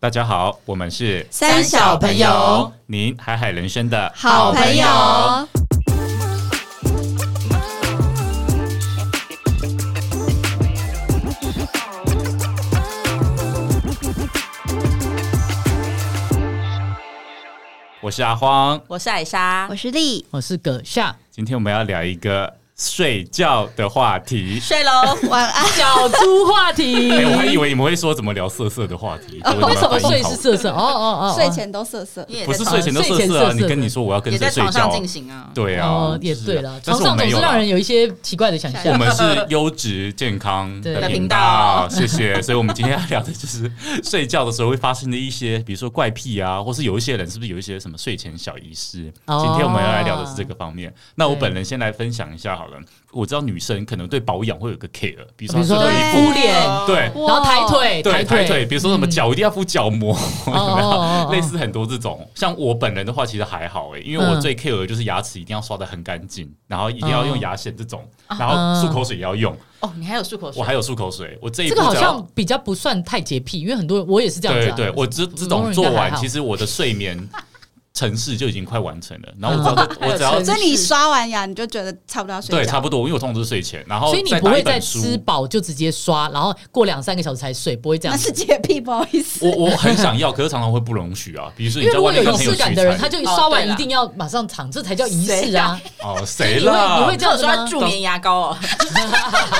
大家好，我们是三小朋友，您海海人生的好朋友。我是阿荒。我是艾莎我，是丽，我哦是葛夏，今天我们要聊一个睡觉的话题。睡喽， 晚 安。小猪话题。哎、我还以为你们会说怎么聊色色的话题，为嗯哦为什么睡是色色？哦哦哦，睡前都瑟瑟，不是睡前都色睡前色啊？色色你跟你说我要跟也谁在睡床觉上啊？进行啊。对啊，哦，也对了了，，床上啊总是让人有一些奇怪的想我象。们是优质健康对的的频频道，道谢谢。所以，我们今天要聊的就是睡觉的时候会发生的一些，比如说怪癖啊，或是有一些人是不是有一些什么睡前小仪式？哦今天我们要来聊的是这个方面。那我对本人先来分享一下好了。我知道女生可能对保养会有个 care，比如比说如说她睡敷脸，到一对。然后抬腿，对抬抬腿，比如说什么脚一定要敷脚膜，有没有哦哦哦类似很多这种。像我本人的话，其实还好诶、欸因为我嗯最 care 的就是牙齿一定要刷的很干净，然后一定要用哦牙线这种，然后漱口水也要用。哦，你还有漱口水我？还有漱口水，我这一这步个好只要像比较不算太洁癖，因为很多人我也是这样子对啊。对，我这这种做完，其实我的睡眠程式就已经快完成了。然后我知道这，我只要嗯所以你刷完牙，你就觉得差不多要睡对差觉。不多，因为我通常都是睡前，然后所以你再不打一会在本书。吃饱就直接刷，然后过两三个小时才睡，不会这那样。是洁癖，不好意思我。我很想要，可是常常会不容许啊。比如说你因为在如外面果有跟仪朋友式聚感的人，他餐，就刷哦完对啦一定要马上躺，这才叫仪式啊！哦，谁你会你啦会？这样子刷吗？助眠牙膏 哦，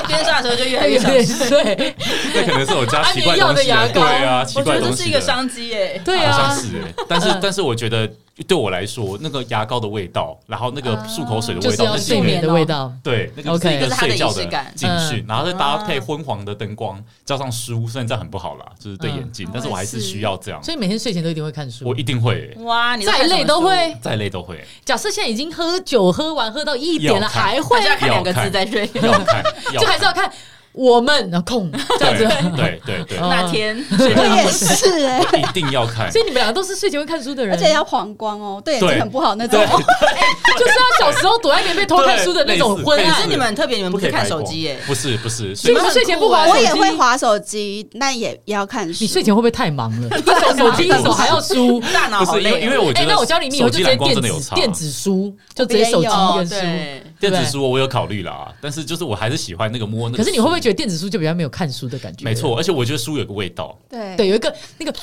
边刷的时候就越来对越想对对那可能是 我家安奇怪眠药东西的牙对啊，膏奇我觉怪得东这西是一的个商机耶。对好像啊！是欸，但是嗯但是我觉得对我来说，那个牙膏的味道，然后那个漱口水的啊就味是道，要那是一睡个眠的哦味道。对，那个是 OK 嗯一个睡觉的这警是他的仪式讯，然后再搭配昏黄的灯光，加上书，虽然这样很不好啦，就是对眼嗯睛，但是我还是需要这样，所以每天睡前都一定会看书我。一定会欸，哇，你都再看什么累都书。会。再累都 会假设现在已经喝酒喝完喝到一点要了，看还大会，家看两个要字看再睡。要看，要就还看，是要看我们然后空这样子。对对对对，哦那天 我也是哎，我一定要看所，以你们两个都是睡前会看书的人，而且要黄光哦，对眼睛很不好那种对。，就是要小时候躲在棉被偷看书的那种昏对类可似是暗。你们很特别，你们啊不不可以是看白手光机耶？不是不是，所所以以你们睡前不玩手我机，也会划手机，但也要看书。你睡前会不会太忙 了？一手手机，一手还要书。大脑不好是因为累因哦。 为我觉哎，得那我教你，你以手后就机直蓝接光真电的有子差，电子书，就直接手机哦，跟书。对，电子对书我有考虑啦，但是就是我还是喜欢那个摸那个，可是你会不会？觉得电子书就比较没有看书的感觉？没，错，而且我觉得书有个味道，对对，有一个那个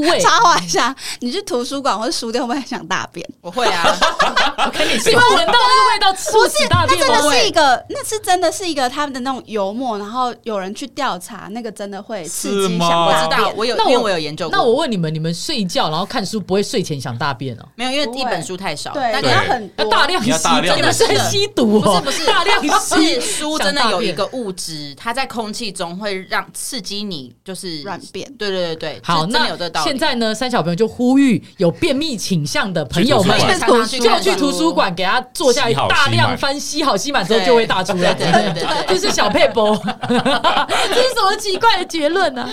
味。插话一下，你去图书馆或者书店会不会想大便？我会啊。是因为闻到那个味道，不是大那便真吗？的是一个，那是真的是一个他们的那种油墨，然后有人去调查，那个真的会刺是激吗想我大知便。道，我有，那因我为我有研究过。那我问你们，你们睡觉然后看书不会睡前想大便哦？没有，因为不一会本书太少，对，但你对要很要多大量你吸，要大量真的是真的吸毒不是哦，不是大量吸 是书真的有一个物质，它在空气中会让刺激你，就是软便对对对对，好，这真的那有这个道理。现在呢，三小朋友就呼吁有便秘倾向的朋友们去图书馆就要去图书馆给他坐下来吸好吸满大量翻吸 好吸满之后就会大出来，对对对对对 这是小配 博，这是什么奇怪的结论啊呢？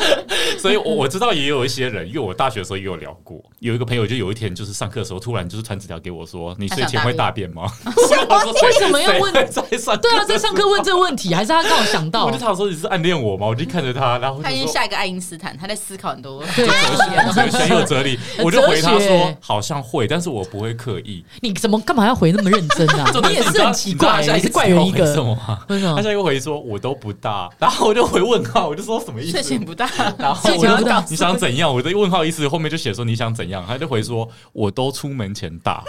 所以我我知道也有一些人，因为我大学的时候也有聊过，有一个朋友就有一天就是上课的时候突然就是传纸条给我说：“你睡前会大便 吗？”我说为什么要问谁会在上课对啊，在上课问这个问题，还是他刚好想到我就，想说你是暗恋我吗？我就看着他，然后我他就已经说。 下一个爱因斯坦，他在思考 很多。对，哲学有哲理，我就回他哲说学好像会，但是我不会刻意。你怎么干嘛要回那么认真 啊？重你点也你知是道很奇怪，欸你知道他下你一是次怪人一回什个，么吗？为什么他？下一个回说我都不大，然后我就回问号，我就说什么意思？睡前不大，然 后睡我前就不大你想怎样？我的问号意思后面就写说你想怎样，他就回说我都出门前大，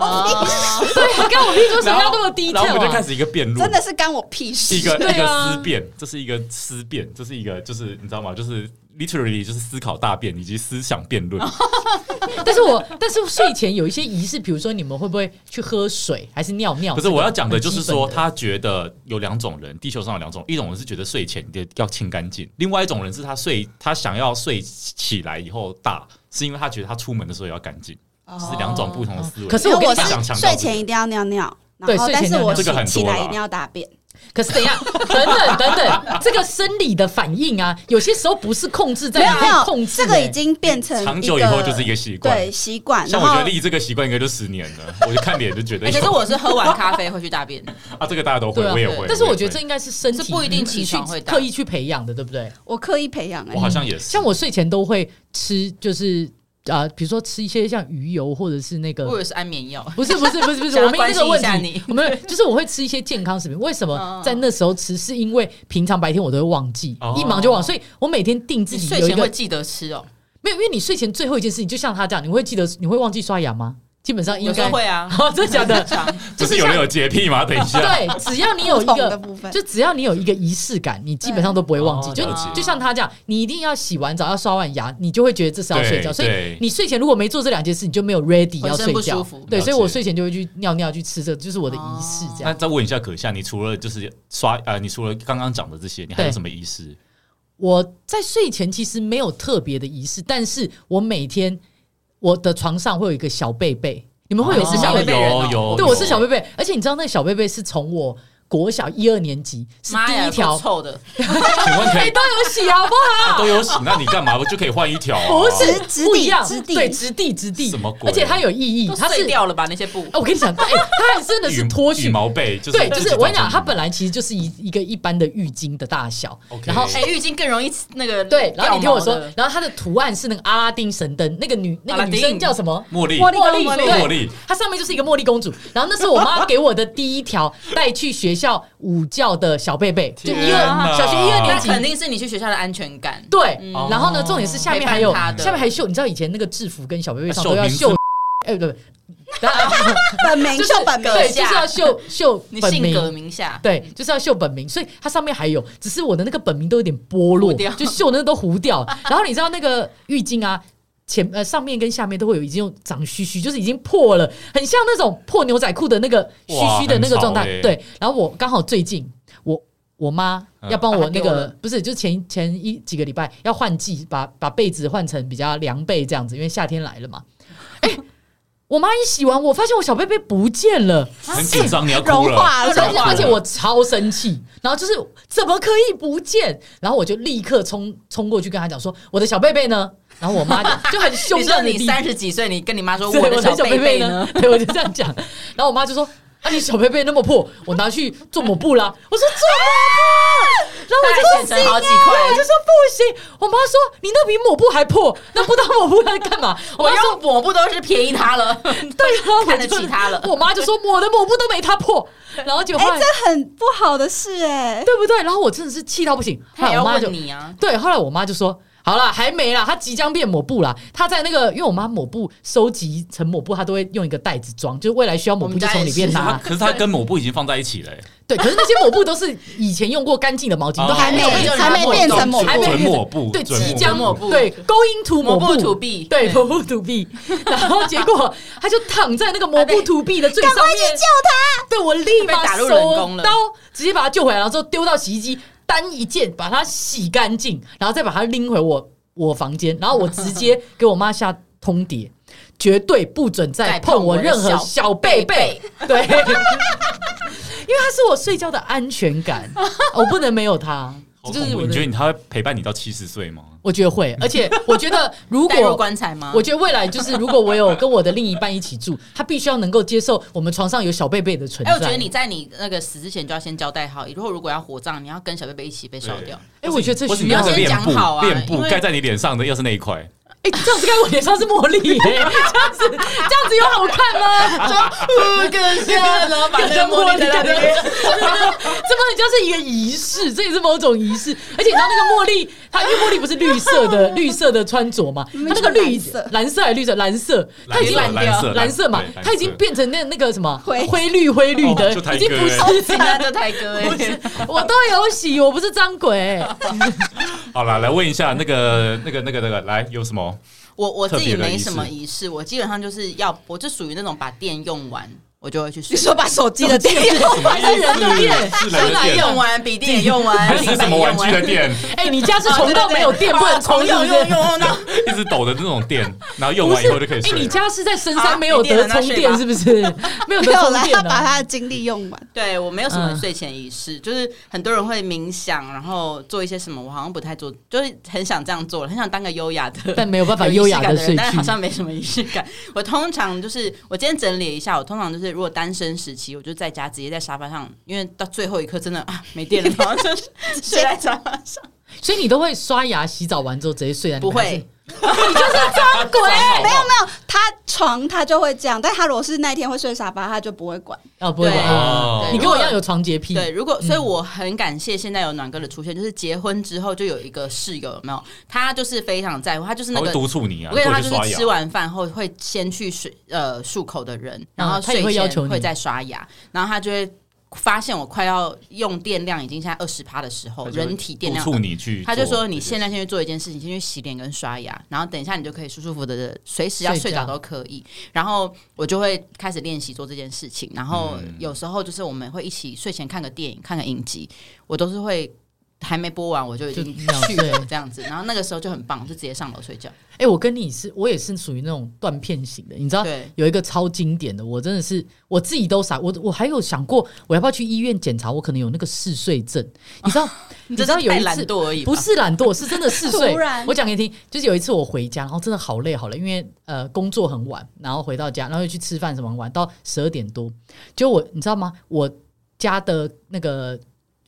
哦对，跟我屁说什然么后要那么低调然后我们就开啊？始一个辩论，真的是干我屁事。一个对一个啊思辨，这是一个思辨，这是一个就是你知道吗？就是 literally 就是思考大辩以及思想辩哦论。 但是我但是睡前有一些仪式，比如说你们会不会去喝水，还是尿尿？可是我要讲的就是说，这个很基本的他觉得有两种人，地球上有两种，一种人是觉得睡前的要清干净，另外一种人是他睡他想要睡起来以后大，是因为他觉得他出门的时候要干净，是两种不同的思维。哦可是因为我跟我你想讲是强调睡这个前一定要尿尿，对然后睡前但是尿我尿这起个很多起来啦一定要大便。可是等一下，等等等等，这个生理的反应啊，有些时候不是控制在没有你可没以有，控制、欸这个已经变成长一久以后就是一个习惯对习惯。像然我觉得后立这个习惯应该就十年了，我就看脸就觉 得哎可是有我是喝完咖啡会去大便，啊，这个大家都会，对啊我也会。但是我也觉得会这应该是身体这不一定你起去床会大刻意去培养的，对不对？我刻意培养哎、我好像也是，嗯像我睡前都会吃，就是呃，比如说吃一些像鱼油或者是那我以个。为是安眠药。不是不是不是不是，想要我没有这个问关心一题下你，我们就是我会吃一些健康食品。为什么嗯在那时候吃？是因为平常白天我都会忘记哦，一忙就忘，所以我每天定自你己睡有一前个会记得吃哦，没有，因为你睡前最后一件事情，就像他这样，你会记得你会忘记刷牙吗？基本上应有时候该，会啊。 哦，真的假的？不就是是有像人有洁癖吗？等一下， 对，只要你有 一不同的个部分，就只要你有一个仪式感，你基本上都不会忘记。哦就了解就像他这样，你一定要洗完澡，要刷完牙，你就会觉得这是要睡觉。对所以对你睡前如果没做这两件事，你就没有 ready 浑要身睡不舒觉服。对，了解所以我睡前就会去尿尿、去吃，这就是我的仪式。这那样，再问一下可夏，你除了就是刷呃，你除了刚刚讲的这些，你还有对什么仪式？我在睡前其实没有特别的仪式，但是我每天我的床上会有一个小被被，你们会有一哦个小贝被贝被人有哦有，对，有我是小贝贝，而且你知道那个小贝贝是从我国小一二年级是妈第呀，一条够，臭的，请问可哎、以都有洗好不 好？啊都有洗，那你干嘛就可以换一条啊？ 不是直直不地一样直地对，直地直地，什么鬼而且它有意义都，它是碎掉了吧那些布哎、？我跟你讲，哎、它还真的是羽脱羽序。毛被，就是对，就是我跟你讲，它本来来其实就是一一个一般的浴巾的大小 OK 然后哎，浴巾更容易那个对，然后你听我说掉毛的，然后它的图案是那个阿拉丁神灯，那个女那阿个拉女丁生叫什么？茉莉啊茉莉茉莉，茉莉对茉莉它上面就是一个茉莉公主。然后那是我妈给我的第一条带去学校午觉的小贝贝，就 一天二哪小学一二那年级。肯定是你去学校的安全感。对，嗯然后呢，重点是下面还有陪伴她的下面还绣，你知道以前那个制服跟小贝贝上绣都要名字绣，哎对，然后 本名就是就本名，对，阁就下是要绣绣你本性格名。名下，对，就是要绣本名，所以它上面还有，只是我的那个本名都有点剥落糊掉，就绣的那都糊 掉。然后你知道那个浴巾啊，前呃上面跟下面都会有已经有长须须，就是已经破了，很像那种破牛仔裤的那个须哇须的那很个潮状态。欸对，然后我刚好最近我我妈要帮我嗯那把它丢个了不是，就是前前一几个礼拜要换季，把把被子换成比较凉被这样子，因为夏天来了嘛。哎，我妈一洗完，我发现我小贝贝不见了。很紧张，你要哭融了。啊化而且融化。而且我超生气，然后就是怎么可以不见？然后我就立刻冲冲过去跟他讲说我的小贝贝呢？然后我妈就就很凶 你这说样子你立三十几岁，你跟你妈说对我我的的小小贝贝贝贝呢呢？？ 对，我就这样讲。然后我妈就说啊，你小贝贝那么破，我拿去做抹布啦。我说做抹布，啊然后我就 大概剪成好几块对我就说不行。我妈说你那比抹布还破，那不当抹布来干嘛？我我妈说用抹布都是便宜他了， 对啊，我看得就起她了我妈就说我的抹布都没她破，然后就哎、后来这很不好的事哎、对不对？然后我真的是气到不行，后 他也来要我妈就问你啊。对，后来我妈就说。好啦，还没啦，她即将变抹布啦。她在那个，因为我妈抹布收集成抹布，她都会用一个袋子装，就是未来需要抹我布们就家从也里面是拿。可是它跟抹布已经放在一起了、欸，对，可是那些抹布都是以前用过干净的毛 巾，都哦还没有哎被就是还没变成抹布，还没纯抹布，对，纯抹即布将抹布对勾音图抹抹布布土壁，对抹布土壁， 然后结果她就躺在那个抹布土壁 的最上面，对我立马被打入冷宫手了刀直接把它救回来，然后之后丢到洗衣机，单一件把它洗干净，然后再把它拎回我我房间，然后我直接给我妈下通牒，绝对不准再再碰碰我我的任何小小贝贝贝。 对，因为它是我睡觉的安全感，我不能没有它。好就恐是怖我你觉得的，你它会陪伴你到七十岁吗？我觉得会，而且我觉 得如带入果棺材吗？我觉得未来就是，如果我有跟我的另一半一起住，他必须要能够接受我们床上有小贝贝的存哎、在。我觉得你在你那个死之前就要先交代好，如果如果要火葬，你要跟小贝贝一起被烧 掉。哎我觉得这或是需你要那个先脸讲部好啊脸部因为盖在你脸上的又是那一块，哎、这样子盖我脸上是茉莉 耶、这样子这样子有好看吗？说啊更像，然后把那个茉莉在那 这边。么很像是一个仪式，这也是某种仪式。而且你知道那个茉莉，它因为茉莉不是绿色 的绿色的穿着嘛，它明明那就个是绿蓝色蓝色还是绿色蓝色，它已经蓝色蓝色蓝色嘛对蓝色，它已经变成那那个什么灰灰绿灰绿的，哦就台已经不是哥不行啊，这太哥哎、不是，我都有洗，我不是张 鬼。好啦，来问一下那个那个那个那个，来有什么？我我自己没什么仪式，我基本上就是要，我就属于那种把电用完，我就会去睡你。说把手机的电源什么意思？是人的 店是人的电店，用完，笔电也用 完，还是什么玩具的平板也用完？哦店？哎、你家是穷到没有电不能充，重是不用是用用 用到一直抖的那种店，然后用不完是以后就可以哎、睡你了。家是在深山没有得充没电电，了是不是？没有没得有充啦，电他呢、把他的精力用完。对我没有什么嗯睡前仪式，就是很多人会冥想，然后做一些什么，我好像不太做，就是很想这样做，很想当个优雅 的，但没有办法有优仪式雅感地的人，睡去但好像没什么仪式感。我通常就是我今天整理了一下，我通常就是如果单身时期，我就在家直接在沙发上，因为到最后一刻真的啊没电了，然后就是 睡在沙发上。所以你都会刷牙、洗澡完之后直接睡在那不边会，他鬼没有没有，他床他就会这样，但他如果是那一天会睡沙发，他就不会管。啊，不会对啊对你跟我一样有床洁癖，对，如果所以，嗯我很感谢现在有暖哥的出现，就是结婚之后就有一个室友，有没有？他就是非常在乎，他就是他那会个督促你啊，我跟你过说，他去就刷是牙吃。完饭后会先去水呃漱口的人，然啊后他也睡会要求前你会再刷牙，然后他就会发现我快要用电量已经现在二十趴的时候，他就会人体电量督促你去做他这些就事，说：“你现在先去做一件事情，先去洗脸跟刷牙，然后等一下你就可以舒舒服服的，随时要睡睡觉着都可以。”然后我就会开始练习做这件事情。然后嗯有时候就是我们会一起睡前看个电影、看个影集，我都是会还没播完我就已经就秒去睡了这样子。然后那个时候就很棒，就直接上楼睡觉。哎、我跟你是，我也是属于那种断片型的，你知道对有一个超经典的，我真的是我自己都傻，我我还有想过我要不要去医院检查，我可能有那个嗜睡症，你 知道，你知道只是有太一懒次。惰而已吧，不是懒惰，是真的嗜睡突然。我讲给你听，就是有一次我回家，然后真的好累好累，因为呃工作很晚，然后回到家，然后又去吃饭什么很晚，到十二点多。就我你知道吗？我家的那个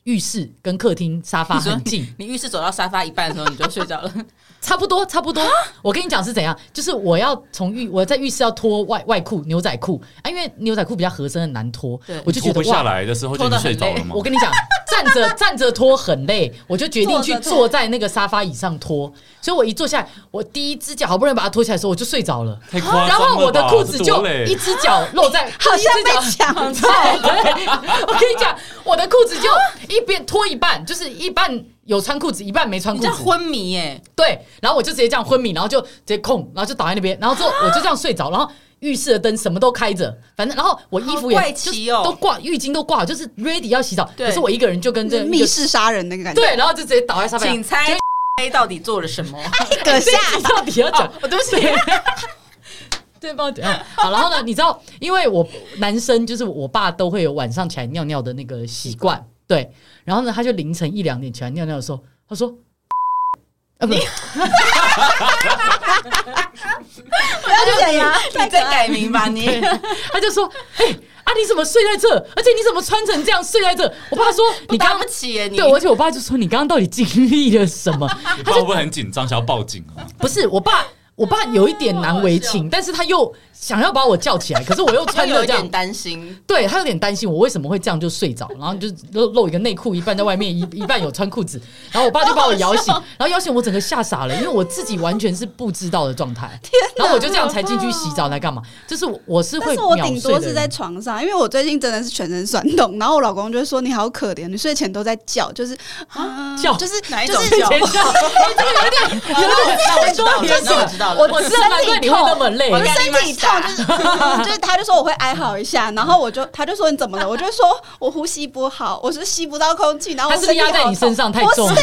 浴室跟客厅沙发你说很近，你浴室走到沙发一半的时候你就睡 着了，差不多，差不啊多。我跟你讲是怎样，就是我要从浴，我在浴室要脱外外裤、牛仔裤啊，因为牛仔裤比较合身，很难脱对。我就脱觉得不下哇，来的时候就脱已得经很睡着累了吗我？跟你讲，站着站着脱很累，我就决定去坐着脱坐在那个沙发椅上脱。所以我一坐下来，我第一只脚好不容易把它脱起来的时候，我就睡着了。太夸张了吧然后我的裤子这就多累一只脚露在， 好像一只脚被抢对， 对我跟你讲，我的裤子就一边脱一半，就是一半有穿裤子，一半没穿你裤这子样。昏迷耶、对，然后我就直接这样昏迷，然后就直接空，然后就倒在那边，然后之后我就这样睡着，然后浴室的灯什么都开着，反正然后我衣服好怪也就奇是哦都挂浴巾都挂好，就是 ready 要洗澡，对可是我一个人就跟这密室杀人那个感觉，对，然后就直接倒在沙发上请。猜 A 到底做了 什么？一个下这一集到底要讲哦？我对不起， 对帮我讲好，然后呢？你知道，因为我男生就是我爸都会有晚上起来尿尿的那个习惯，对。然后呢，他就凌晨一两点起来尿尿的时候，他说：“ 啊，不是，不要 这样，你再改名吧你。他就说：“哎、啊，你怎么睡在这？而且你怎么穿成这样睡在这？”我爸说：“你你刚刚不起耶你。对，而且我爸就说：“你刚刚到底经历了什么你爸会不会很紧张，想要报警啊？”？不是我爸，我爸有一点难为情，但是他又想要把我叫起来，可是我又 他穿有着一这样点，担心，对他有点担心我为什么会这样就睡着，然后就露露一个内裤，一半在外面，一一半有穿裤子，然后我爸就把我摇醒，然后摇醒我整个吓傻了，因为我自己完全是不知道的状态，然后我就这样才进去洗澡来干嘛？就是我我是但会是我秒顶睡多的是人在床上，因为我最近真的是全身酸痛，然后我老公就会说你好可怜，你睡前都在叫，就是啊叫就是 哪一就种是睡叫前觉，哎这个有点有点那我知道了，那我知道了。我知道难怪你会那么 累我。我的干你身妈体痛，就是嗯 就是他就说我会哀嚎一下，然后我就他就说你怎么了？我就说我呼吸不好，我是吸不到空气，然后它我是不是身体压在好你身痛上太不是重了？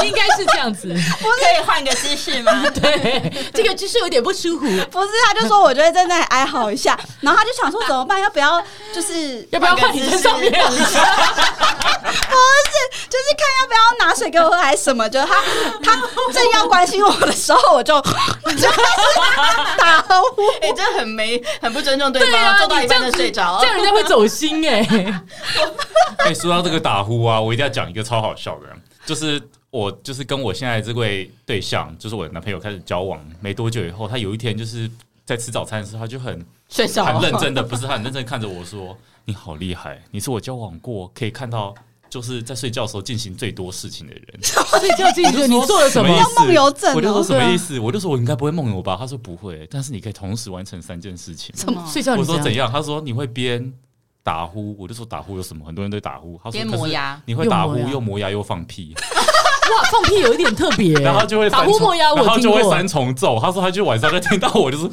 应该是这样子。可以换个姿势吗？ 对，这个就是有点不舒服。不是，他就说我就会在那里哀嚎一下，然后他就想说怎么办？要不要就是要不要换你身上面？ 就是看要不要拿水给我喝还是什么？就他他正要关心我的时候，我就 我就开始打呼。哎，这很没很不尊重对对方，啊，做到一你这半样就子，睡着这。样人家会走心哎、哎、说到这个打呼啊，我一定要讲一个超好笑的，就是我就是跟我现在这位对象，就是我的男朋友开始交往没多久以后，他有一天就是在吃早餐的时候，他就很睡着很认 真的，不是他很认真地看着我说：“你好厉害，你是我交往过可以看到就是在睡觉的时候进行最多事情的人。” 睡觉进去，你做了什我就么啊说？要梦游症哦我就说什么意思？我就说我应该不会梦游吧？他说不会，但是你可以同时完成三件事情。什么睡觉我你说怎怎样？样？他说你会边打呼，我就说打呼有什么？很多人都打呼。他说边可是磨牙你会打呼又磨牙又磨牙又放屁。哇，放屁有一点特别、然后就会打三呼重，磨牙，然我后听就会过。三重奏。他说他就晚上就听到我就是，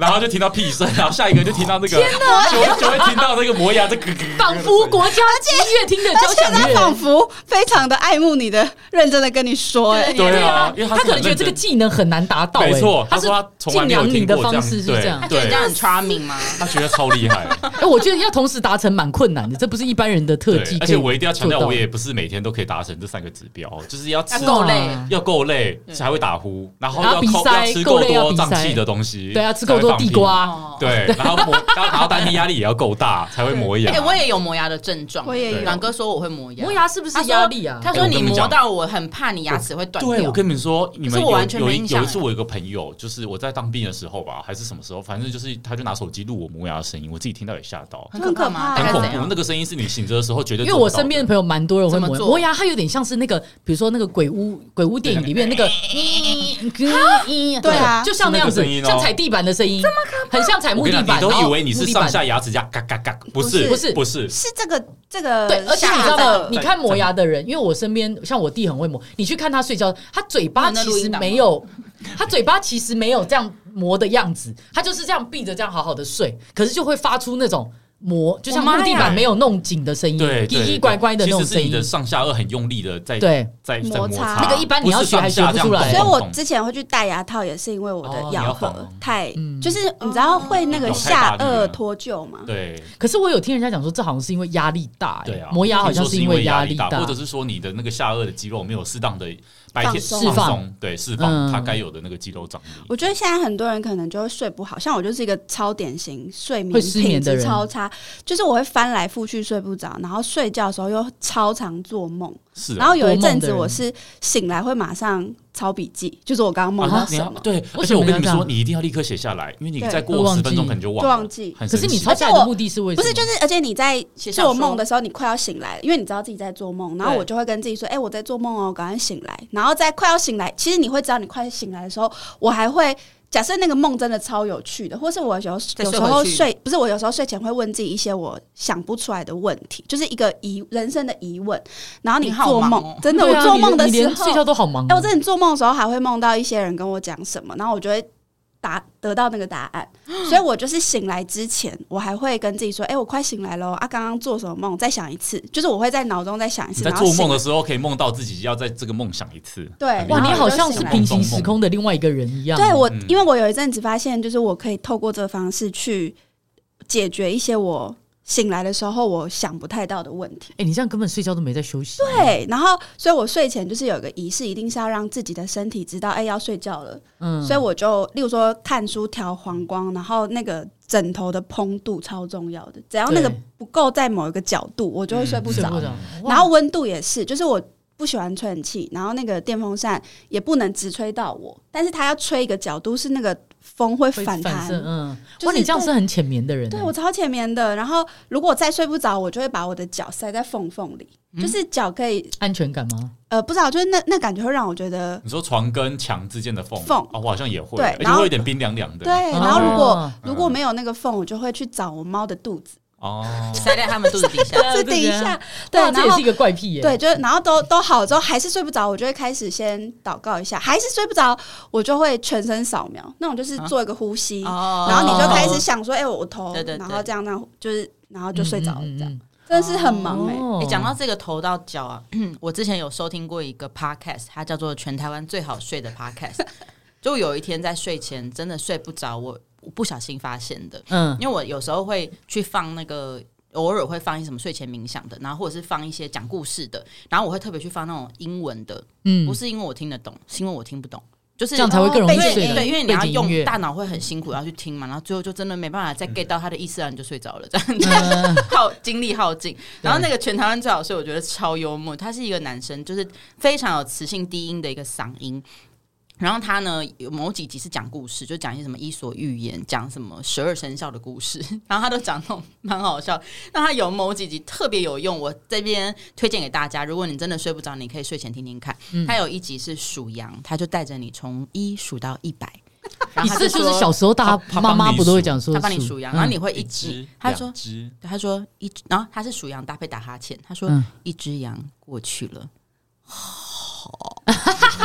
然后就听到屁声，然后下一个就听到那个，就会就会听到那个磨牙这咯咯咯咯仿佛国家级乐厅的交而且响他乐，仿佛非常的爱慕你的，认真的跟你说、哎，对啊，因为他是可能很觉得认这个真技能很难达到、哎没错，他他是说他从来敬没有仰你听的过这方样式是对这样。觉得对这，样很 charming 吗？他觉得超厉害。哎、我觉得要同时达成蛮困难的，这不是一般人的特对技，。而且我一定要强调，我也不是每天都可以达成这三个指标，就是要啊吃要够累，要够累才会打呼，然后然后要鼻扣塞要吃够够累要多鼻胀塞气的东西，对啊，吃够才会多放地屁。瓜，哦， 对，然后磨，然后然后丹尼压力也要够大才会磨牙。哎，我也有磨牙的症状，我也有阮哥说我会磨牙，磨牙是不是他说压力啊？他哎说我跟你你们磨讲到我很怕你牙齿会断对，掉我。跟你们说，你们可是有我完全有没一印象有一哎欸次，我有一个朋友，就是我在当兵的时候吧，还是什么时候，反正就是他就拿手机录我磨牙的声音，我自己听到也吓到，很可怕很吗？大很概恐怎怖。样那？个声音是你醒着的时候觉得因做为不到的，我身边的朋友蛮多人会怎么磨牙做磨牙，它有点像是那个，比如说那个鬼屋鬼屋电影里面那个，对啊就像那样是子那个声，音哦像踩地板的声音，这么可怕？很像踩我木跟地你讲，板，你都然以后为你木是地板上下牙齿这样嘎嘎嘎，不是不是不是，是这个这个对，而且你知下道吗的？你看磨牙的人，因为我身边像我弟很会磨，你去看他睡觉，他嘴巴其实没有，他嘴巴其实没有这样磨的样子，他就是这样闭着这样好好的睡，可是就会发出那种磨，就像我妈木呀地板没有弄紧的声音，对，对叽对叽乖乖的那种其实是声你音的。上下颚很用力的在对，在在摩摩擦擦，那个一般你要是学还上下学不出这样来咚所以我咚咚之前会去戴牙套，也是因为我的哦咬合、你要防哦太、嗯就是你知道会那个咬下太大力颚了脱臼嘛？对可是我有听人家讲说，这好像是因为压力大、欸，对啊，磨牙好像听说是因因为压力大，或者是说你的那个下颚的肌肉没有适当的白放天松释放松，对释放嗯它该有的那个肌肉张力。我觉得现在很多人可能就会睡不好，像我就是一个超典型睡眠会失品眠的质人超差，就是我会翻来覆去睡不着，然后睡觉的时候又超常做梦，是啊，然后有一阵多梦的子人我是醒来会马上抄笔记，就是我刚刚梦啊到你什要么。对，为而什且么我跟要你们这样说，你一定要立刻写下来，因为你对再会过忘十分钟记可能就忘就了，忘记很可神是奇你抄下来的目的是为不什么？是，就是而且你在写小做说梦的时候，你快要醒来了，因为你知道自己在做梦，然后对我就会跟自己说：“哎、我在做梦哦，赶快醒来。”然后在快要醒来，其实你会知道你快醒来的时候，我还会假设那个梦真的超有趣的，或是我有时候再有睡时候回去睡不是我有时候睡前会问自己一些我想不出来的问题，就是一个疑人生的疑问。然后你你好做忙梦，哦真的，对我啊做你梦的你时连候，睡觉都好忙哦、哎、我真的做梦的时候还会梦到一些人跟我讲什么，然后我就会答得到那个答 案，所以我就是醒来之前，我还会跟自己说：“哎、我快醒来喽！啊，刚刚做什么梦？再想一次。”就是我会在脑中再想一你次，在然后做梦醒的时候可以梦到自己要在这个梦想一次。对很厉哇，你害好像是对平行时空的另外一个人一样。对我，嗯因为我有一阵子发现，就是我可以透过这个方式去解决一些我醒来的时候我想不太到的问题。哎、你这样根本睡觉都没在休息。对，然后所以我睡前就是有一个仪式，一定是要让自己的身体知道，哎、要睡觉了。嗯所以我就例如说看书调黄光，然后那个枕头的蓬度超重要的，只要那个对嗯不够在某一个角度，我就会睡不睡着。不着。哇然后温度也是，就是我不喜欢吹冷气，然后那个电风扇也不能直吹到我，但是它要吹一个角度，是那个风会会反弹。射嗯，就是哇，你这样是很浅眠的人欸。对我超浅眠的，然后如果再睡不着，我就会把我的脚塞在缝缝里，嗯就是脚可以安全感吗？呃不知道，就是那那感觉会让我觉得你说床跟墙之间的缝，缝啊，我好像也会，对而且然后会有点冰凉凉的。对。然后如果、啊，如果没有那个缝，我就会去找我猫的肚子。 哦，塞在他们肚子底下对啊是底对啊下，对，哇然这也后是一个怪癖耶。对，，就是然后都都好了之后还是睡不着，我就会开始先祷告一下，还是睡不着，我就会全身扫描，那种就是做一个呼吸， 啊哦然后你就开始想说，哎、我我头，对对对然后这样这样就是，然后就睡着了，这样、嗯。真的是很忙哎、哦你讲到这个头到脚啊， 我之前有收听过一个 podcast，它叫做《全台湾最好睡的 podcast》。就有一天在睡前真的睡不着，我我不小心发现的，嗯，因为我有时候会去放那个，偶尔会放一些什么睡前冥想的，然后或者是放一些讲故事的，然后我会特别去放那种英文的，嗯不是因为我听得懂，是因为我听不懂，就是这样才会更容易因为睡的对，因为你要背景音乐 嗯用大脑会很辛苦，然后去听嘛，然后最后就真的没办法再 get 到他的意思，然后你就睡着了，这样 子耗精力耗尽。然后那个全台湾最好睡，我觉得超幽默，他是一个男生，就是非常有磁性低音的一个嗓音。然后他呢，有某几集是讲故事，就讲一些什么《伊索寓言》，讲什么十二生肖的故事， 然后他都讲那种蛮好笑。那他有某几集特别有用，我这边推荐给大家。如果你真的睡不着，你可以睡前听听看。嗯他有一集是数羊，他就带着你从一数到一百，然你后他这说就是小时候大他家他妈帮妈你不都会数讲说，嗯他帮你数羊，然后你会一一只只，，他啊两说只，对他说一只，然后他是数羊搭配打哈欠，他说、嗯一只羊过去了，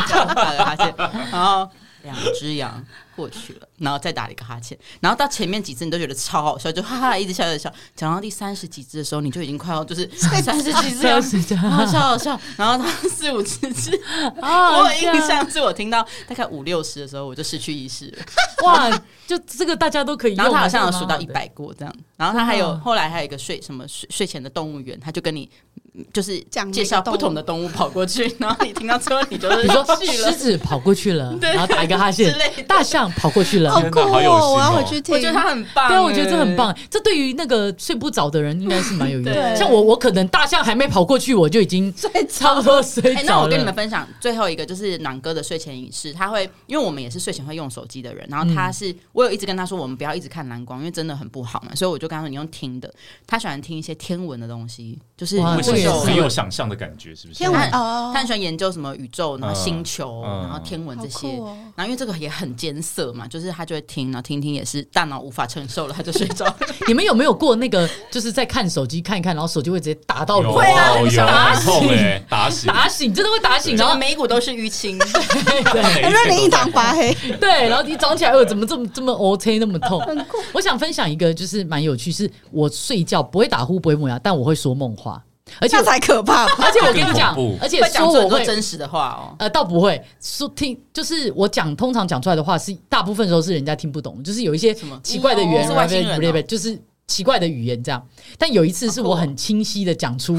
这样打个哈欠，然后两只羊过去了，然后再打了一个哈欠，然后到前面几次你都觉得超好笑，就哈哈一直笑一直笑，讲到第三十几只的时候，你就已经快要就是三十几只 羊，啊这然样后笑笑，然后到四五十只，啊 我有印象是我听到大概五六十的时候，我就失去意识了。哇，就这个大家都可以用。然后他好像有这数个蛮到好一的，百过这样，然后他还有真的后来还有一个睡什么睡睡前的动物园，他就跟你嗯就是讲每个介绍动不物同的动物跑过去， 然后你听到之后你就是比如说去狮了。子跑过去了，对然后打一个哈欠之类的，大象跑过去了好。好天哪酷好有心哦！我要回哦去听。我觉得他很棒，对啊，我觉得这很哎。棒。这对于那个睡不着的人应该是蛮有用的。对像我，我可能大象还没跑过去，我就已经睡差不多睡哎、那着我跟你们了。分享最后一个，就是暖哥的睡前仪式。他会，因为我们也是睡前会用手机的人，然后嗯他是、我有一直跟他说，我们不要一直看蓝光，因为真的很不好嘛。所以我就跟他说，你用听的。他喜欢听一些天文的东西，就是哇为啊这什个也宇是宙么很有想象的感觉？是不是？天文他哦，他很喜欢研究什么宇宙，然嗯后星球，嗯然后天文好这些。酷哦。然后因为这个也很艰涩嘛，就是他就会听，然后听听也是大脑无法承受了，他就睡 着。你们有没有过那个，就是在看手机看一看，然后手机会直接打到你有会啊很有想打很痛醒哎，打醒，欸打醒，真的会打醒，然然后后眉骨都是淤 青，哎，很让你一堂发黑，对，然后你早上起来，哦，怎么这么这么 OK，那么痛？很酷。我想分享一个，就是蛮有趣，是我睡觉不会打呼，不会磨牙，但我会说梦话，而且那才可怕吧。而且我跟你更讲恐怖，而且会讲说出很我多会真实的话哦。呃，倒不会说听，就是我讲通常讲出来的话是大部分时候是人家听不懂，就是有一些什么奇怪的语言，哦是外星人哦 rap- rap- rap- 就是奇怪的语言这样。但有一次是我很清晰的讲出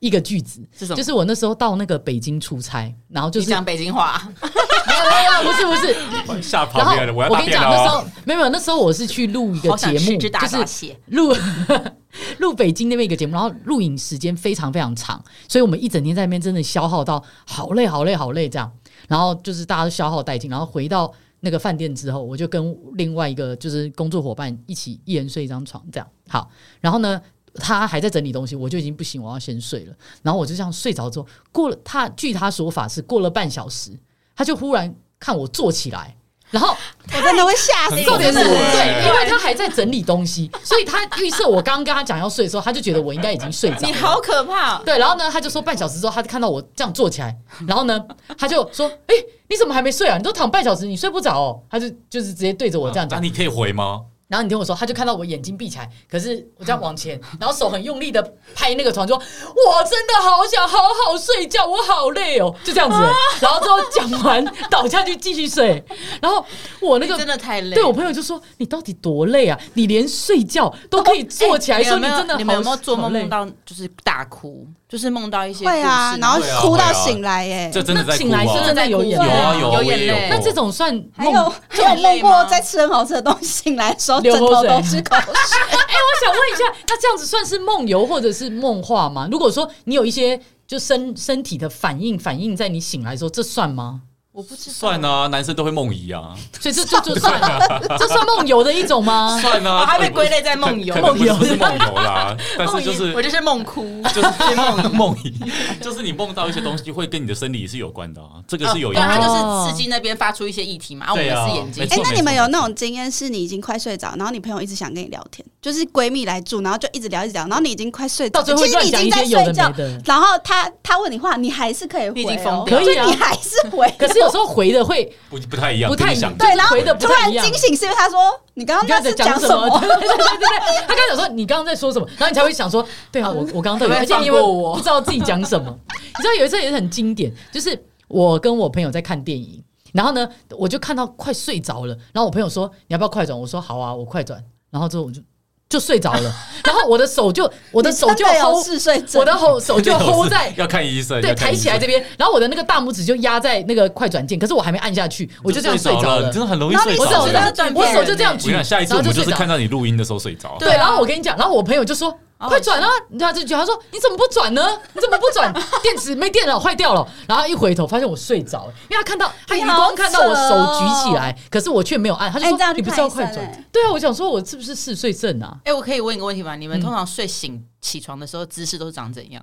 一个句子， 是什么就是我那时候到那个北京出差，然后就你是没有讲北京话，没有没有不是不是，吓然跑后别人了，我要我大跟你便讲那时了哦候没有没有，那时候我是去录一个好节想吃目，只大就闸是蟹。录 录北京那边一个节目，然后录影时间非常非常长，所以我们一整天在那边真的消耗到好累好累好累这样，然后就是大家都消耗殆尽，然后回到那个饭店之后，我就跟另外一个就是工作伙伴一起一人睡一张床这样好，然后呢。他还在整理东西，我就已经不行，我要先睡了。然后我就这样睡着之后，过了他据他说法是过了半小时，他就忽然看我坐起来，然后我真的会吓死很。 重点是恐怖对，欸因为他还在整理东西，所以他预测我刚刚跟他讲要睡的时候，他就觉得我应该已经睡着你了。好可 怕、哦对，然后呢，他就说半小时之后，他就看到我这样坐起来，然后呢，他就说：“哎、你怎么还没睡啊？你都躺半小时，你睡不着哦。”他就就是直接对着我这样啊那啊讲。你可以回吗？然后你听我说，他就看到我眼睛闭起来，可是我这样往前，然后手很用力的拍那个床，说：“我真的好想好好睡觉，我好累哦。”就这 样子，然后之后讲完倒下去继续睡，然后我那个真的太累。对我朋友就说：“你到底多累啊？你连睡觉都可以坐起来，哦说哎哎你有没有真的好你们有没有做好梦累梦到就是大哭，就是梦到一些会啊故，事然后会啊哭到会啊醒来欸耶。这真的那在醒哭来是啊真的有眼有泪啊对有，有我也眼泪那这种算还梦？哎有这还有很梦累过吗在吃很好吃的东西，醒来的时候流枕口头水都是口水。哎，我想问一下， 那这样子算是梦游或者是梦话吗？如果说你有一些就身身体的反应，反应在你醒来的时候，这算吗？我不知道算啊，男生都会梦遗啊，所以这就就算， 这算梦游的一种吗？算啊，哦它被归类在梦游可可能不是梦游不是梦游 啦，但是就梦遗我是。就是梦哭，就是梦梦遗， 就是你梦到一些东西会跟你的生理是有关的啊，这个是有哦影对，它响就的。是刺激那边发出一些议题嘛，啊，我们对啊是眼睛没哎错，那你们有那种经验是你已经快睡着，然后你朋友一直想跟你聊天，就是闺蜜来住，然后就一直聊一直聊，然后你已经快睡着到了，最后其实乱你已讲一经些在有睡的没觉，的。然后他他问你话，你还是可以回、哦，你已经疯所掉可以以啊。你还是回可是有时候回的会不不太一样，不太跟一你样想，对，然后回的 不突太然一样。惊醒是因为他说你刚你刚哦刚那才是讲什什么？么？ 对对对对对，他刚才讲说你刚刚在说什么，然后你才会想说，对啊，我我刚刚到底，可而不且可以你也放过我不知道自己讲什么。你知道有一次也是很经典，就是我跟我朋友在看电影，然后呢，我就看到快睡着了，然后我朋友说你要不要快转？我说好啊，我快转。然后之后我就就睡着了，然后我的手就我我的手就有 hold，嗜睡症，我哦的手 手就 hold 在要看医生，对要看抬医起来生这边，然后我的那个大拇指就压在那个快转键，可是我还没按下去，我就这样睡着了，了你。真的很容易然后睡你着我了。手我就跟这样举，这样我手就这样举，你讲，下一次我们然后就睡是着了看到你录音的时候睡着。对，对啊然后我跟你讲，然后我朋友就说好快转啊，他就觉得他说你怎么不转呢？你怎么不转？电池没电了，坏掉了。然后一回头发现我睡着了，因为他看到他余光看到我手举起来，可是我却没有按，他就哎说这样你去不是看要医快生转哎？对啊，我想说我是不是嗜睡症啊？哎、我可以问一个问题吗？你们嗯通常睡醒起床的时候姿势都是长怎样？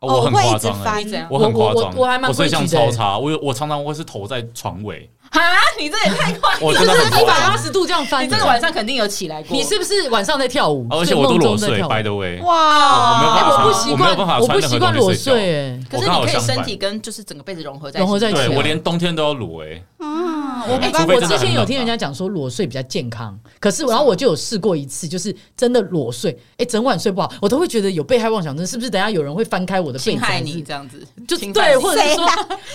哦我很会夸一直张欸，翻你，怎样我很我夸我张，我还蛮睡相规矩超的差，我有我常常会是头在床尾，啊，你这也太快，我真的很一百夸八张，十度这样翻，你这个晚上肯定有起来过。你是不是晚上在跳舞？哦而且我都睡梦裸中在睡跳舞，by the way，哇，哦我没有哎办法我不穿习我没有惯，办法我穿不任习何惯东西裸睡觉睡，哎，可是我刚你好可以相反身体跟就是整个被子融合在一起啊，融合在一起对啊我连冬天都要裸哎，啊，我没哎办除非法我真的之前很有冷听人吧家讲说裸睡比较健康，可是然后我就有试过一次，就是真的裸睡，哎，整晚睡不好，我都会觉得有被害妄想症，是不是？等下有人会翻开我的被侵子，害还是你这样子，就侵犯对，你或者是说，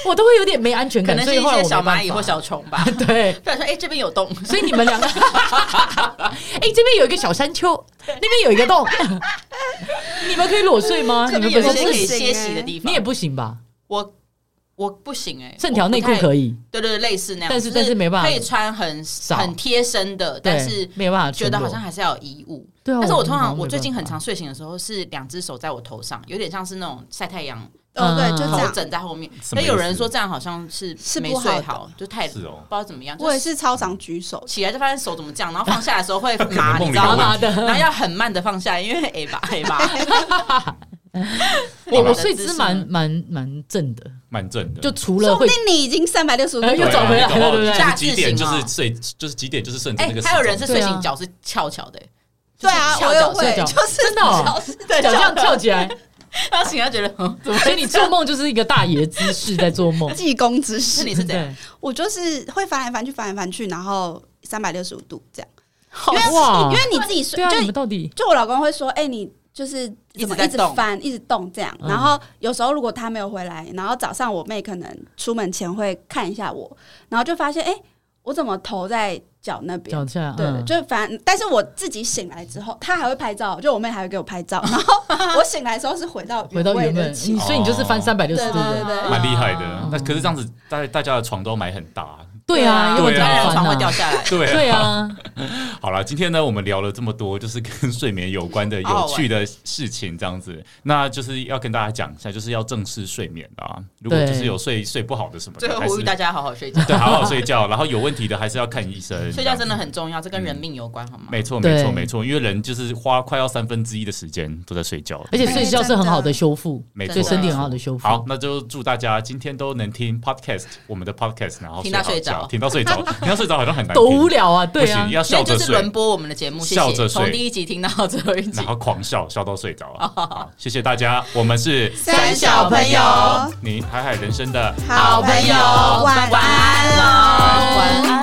我都会有点没安全可感，能所是以一后来我些没小办蚂蚁法或小虫 吧。对。突然说，哎，这边有洞，所以你们两个，哎、这边有一个小山丘，那边有一个洞，你们可以裸睡吗？这啊你们边有本一身些是可以不行歇息欸的地方。你也不行吧？我我不行哎，剩条内裤以，可以，对对，对类似那样，但是就但是没办法可以穿很少很贴身的，对但是没有办法觉全得裸，好像还是要有衣物。哦对啊。但是我通好常像我没最近办很法常睡醒的时候是两只手在我头上，有点像是那种晒太阳哦，对，嗯就这头样，枕在后面。什么但意思有人说这样好像是是没不好睡的好，就太不是知哦道怎么样。就我也是超常举手，起来就发现手怎么这样，然后放下的时候会 麻，梦里你知有道麻问麻吗？题 的。然后要很慢的放下，因为 A 吧 A 吧，我你们我的睡姿姿势蛮呢嗯蛮蛮正的，蛮正的，就除说了不会定你已经三百六十度哎对啊又转回来你搞不好了对不对就是几点就夏至是醒睡，就是几点就是顺着哎那个，时钟。还有人是对睡啊醒脚是翘翘的，对啊，翘我脚又会睡觉，就是真的哦翘。脚这样翘起来，然后醒来觉得，嗯 怎么所以你做梦就是一个大爷姿势在做梦 济公之是势你，是怎样？对我就是会翻来翻去，翻来翻去，然后三百六十五度这样，好因为哇因为你自己睡对，啊，你们就到底就我老公会说，哎，你就是一直怎么在一直动翻，一直动这样，嗯然后有时候如果他没有回来，然后早上我妹可能出门前会看一下我，然后就发现，哎，我怎么头在脚那边脚？下？对，嗯就反正，但是我自己醒来之后，她还会拍照，就我妹还会给我拍照。然后我醒来的时候是回到回到位原嗯的本，起你所以你就是翻哦三百六十度对的对，对蛮厉害的哦。那可是这样子，大大家的床都买很大。对啊，因为对这啊样人床会翻掉啊，下来。对对啊，好啦，今天呢，我们聊了这么多，就是跟睡眠有关的有趣的事情，这样子，那就是要跟大家讲一下，就是要正视睡眠啊。如果对就是有睡睡不好的什么最的，后还呼是吁大家好好 睡觉，对好好睡觉，然后有问题的还是要看医生。睡这觉样子真的很重要，这嗯跟人命有关，好吗？没错，对没错，没错，因为人就是花快要三分之一的时间都在睡觉，而且睡觉是很 好的修复，没错对身体没很好的修复。好，那就祝大家今天都能听 podcast，我们的 podcast，然后听到好睡觉着听到睡 着，听到睡着好像很难多无听，聊啊，不对啊行，，要所笑以就着是睡轮，播我们的节目，谢笑着谢。睡从第一集听到最后一集然，后狂笑，笑到睡 着。啊好，谢谢大家，我们是三小朋友你海海人生的好朋友晚安晚安晚安。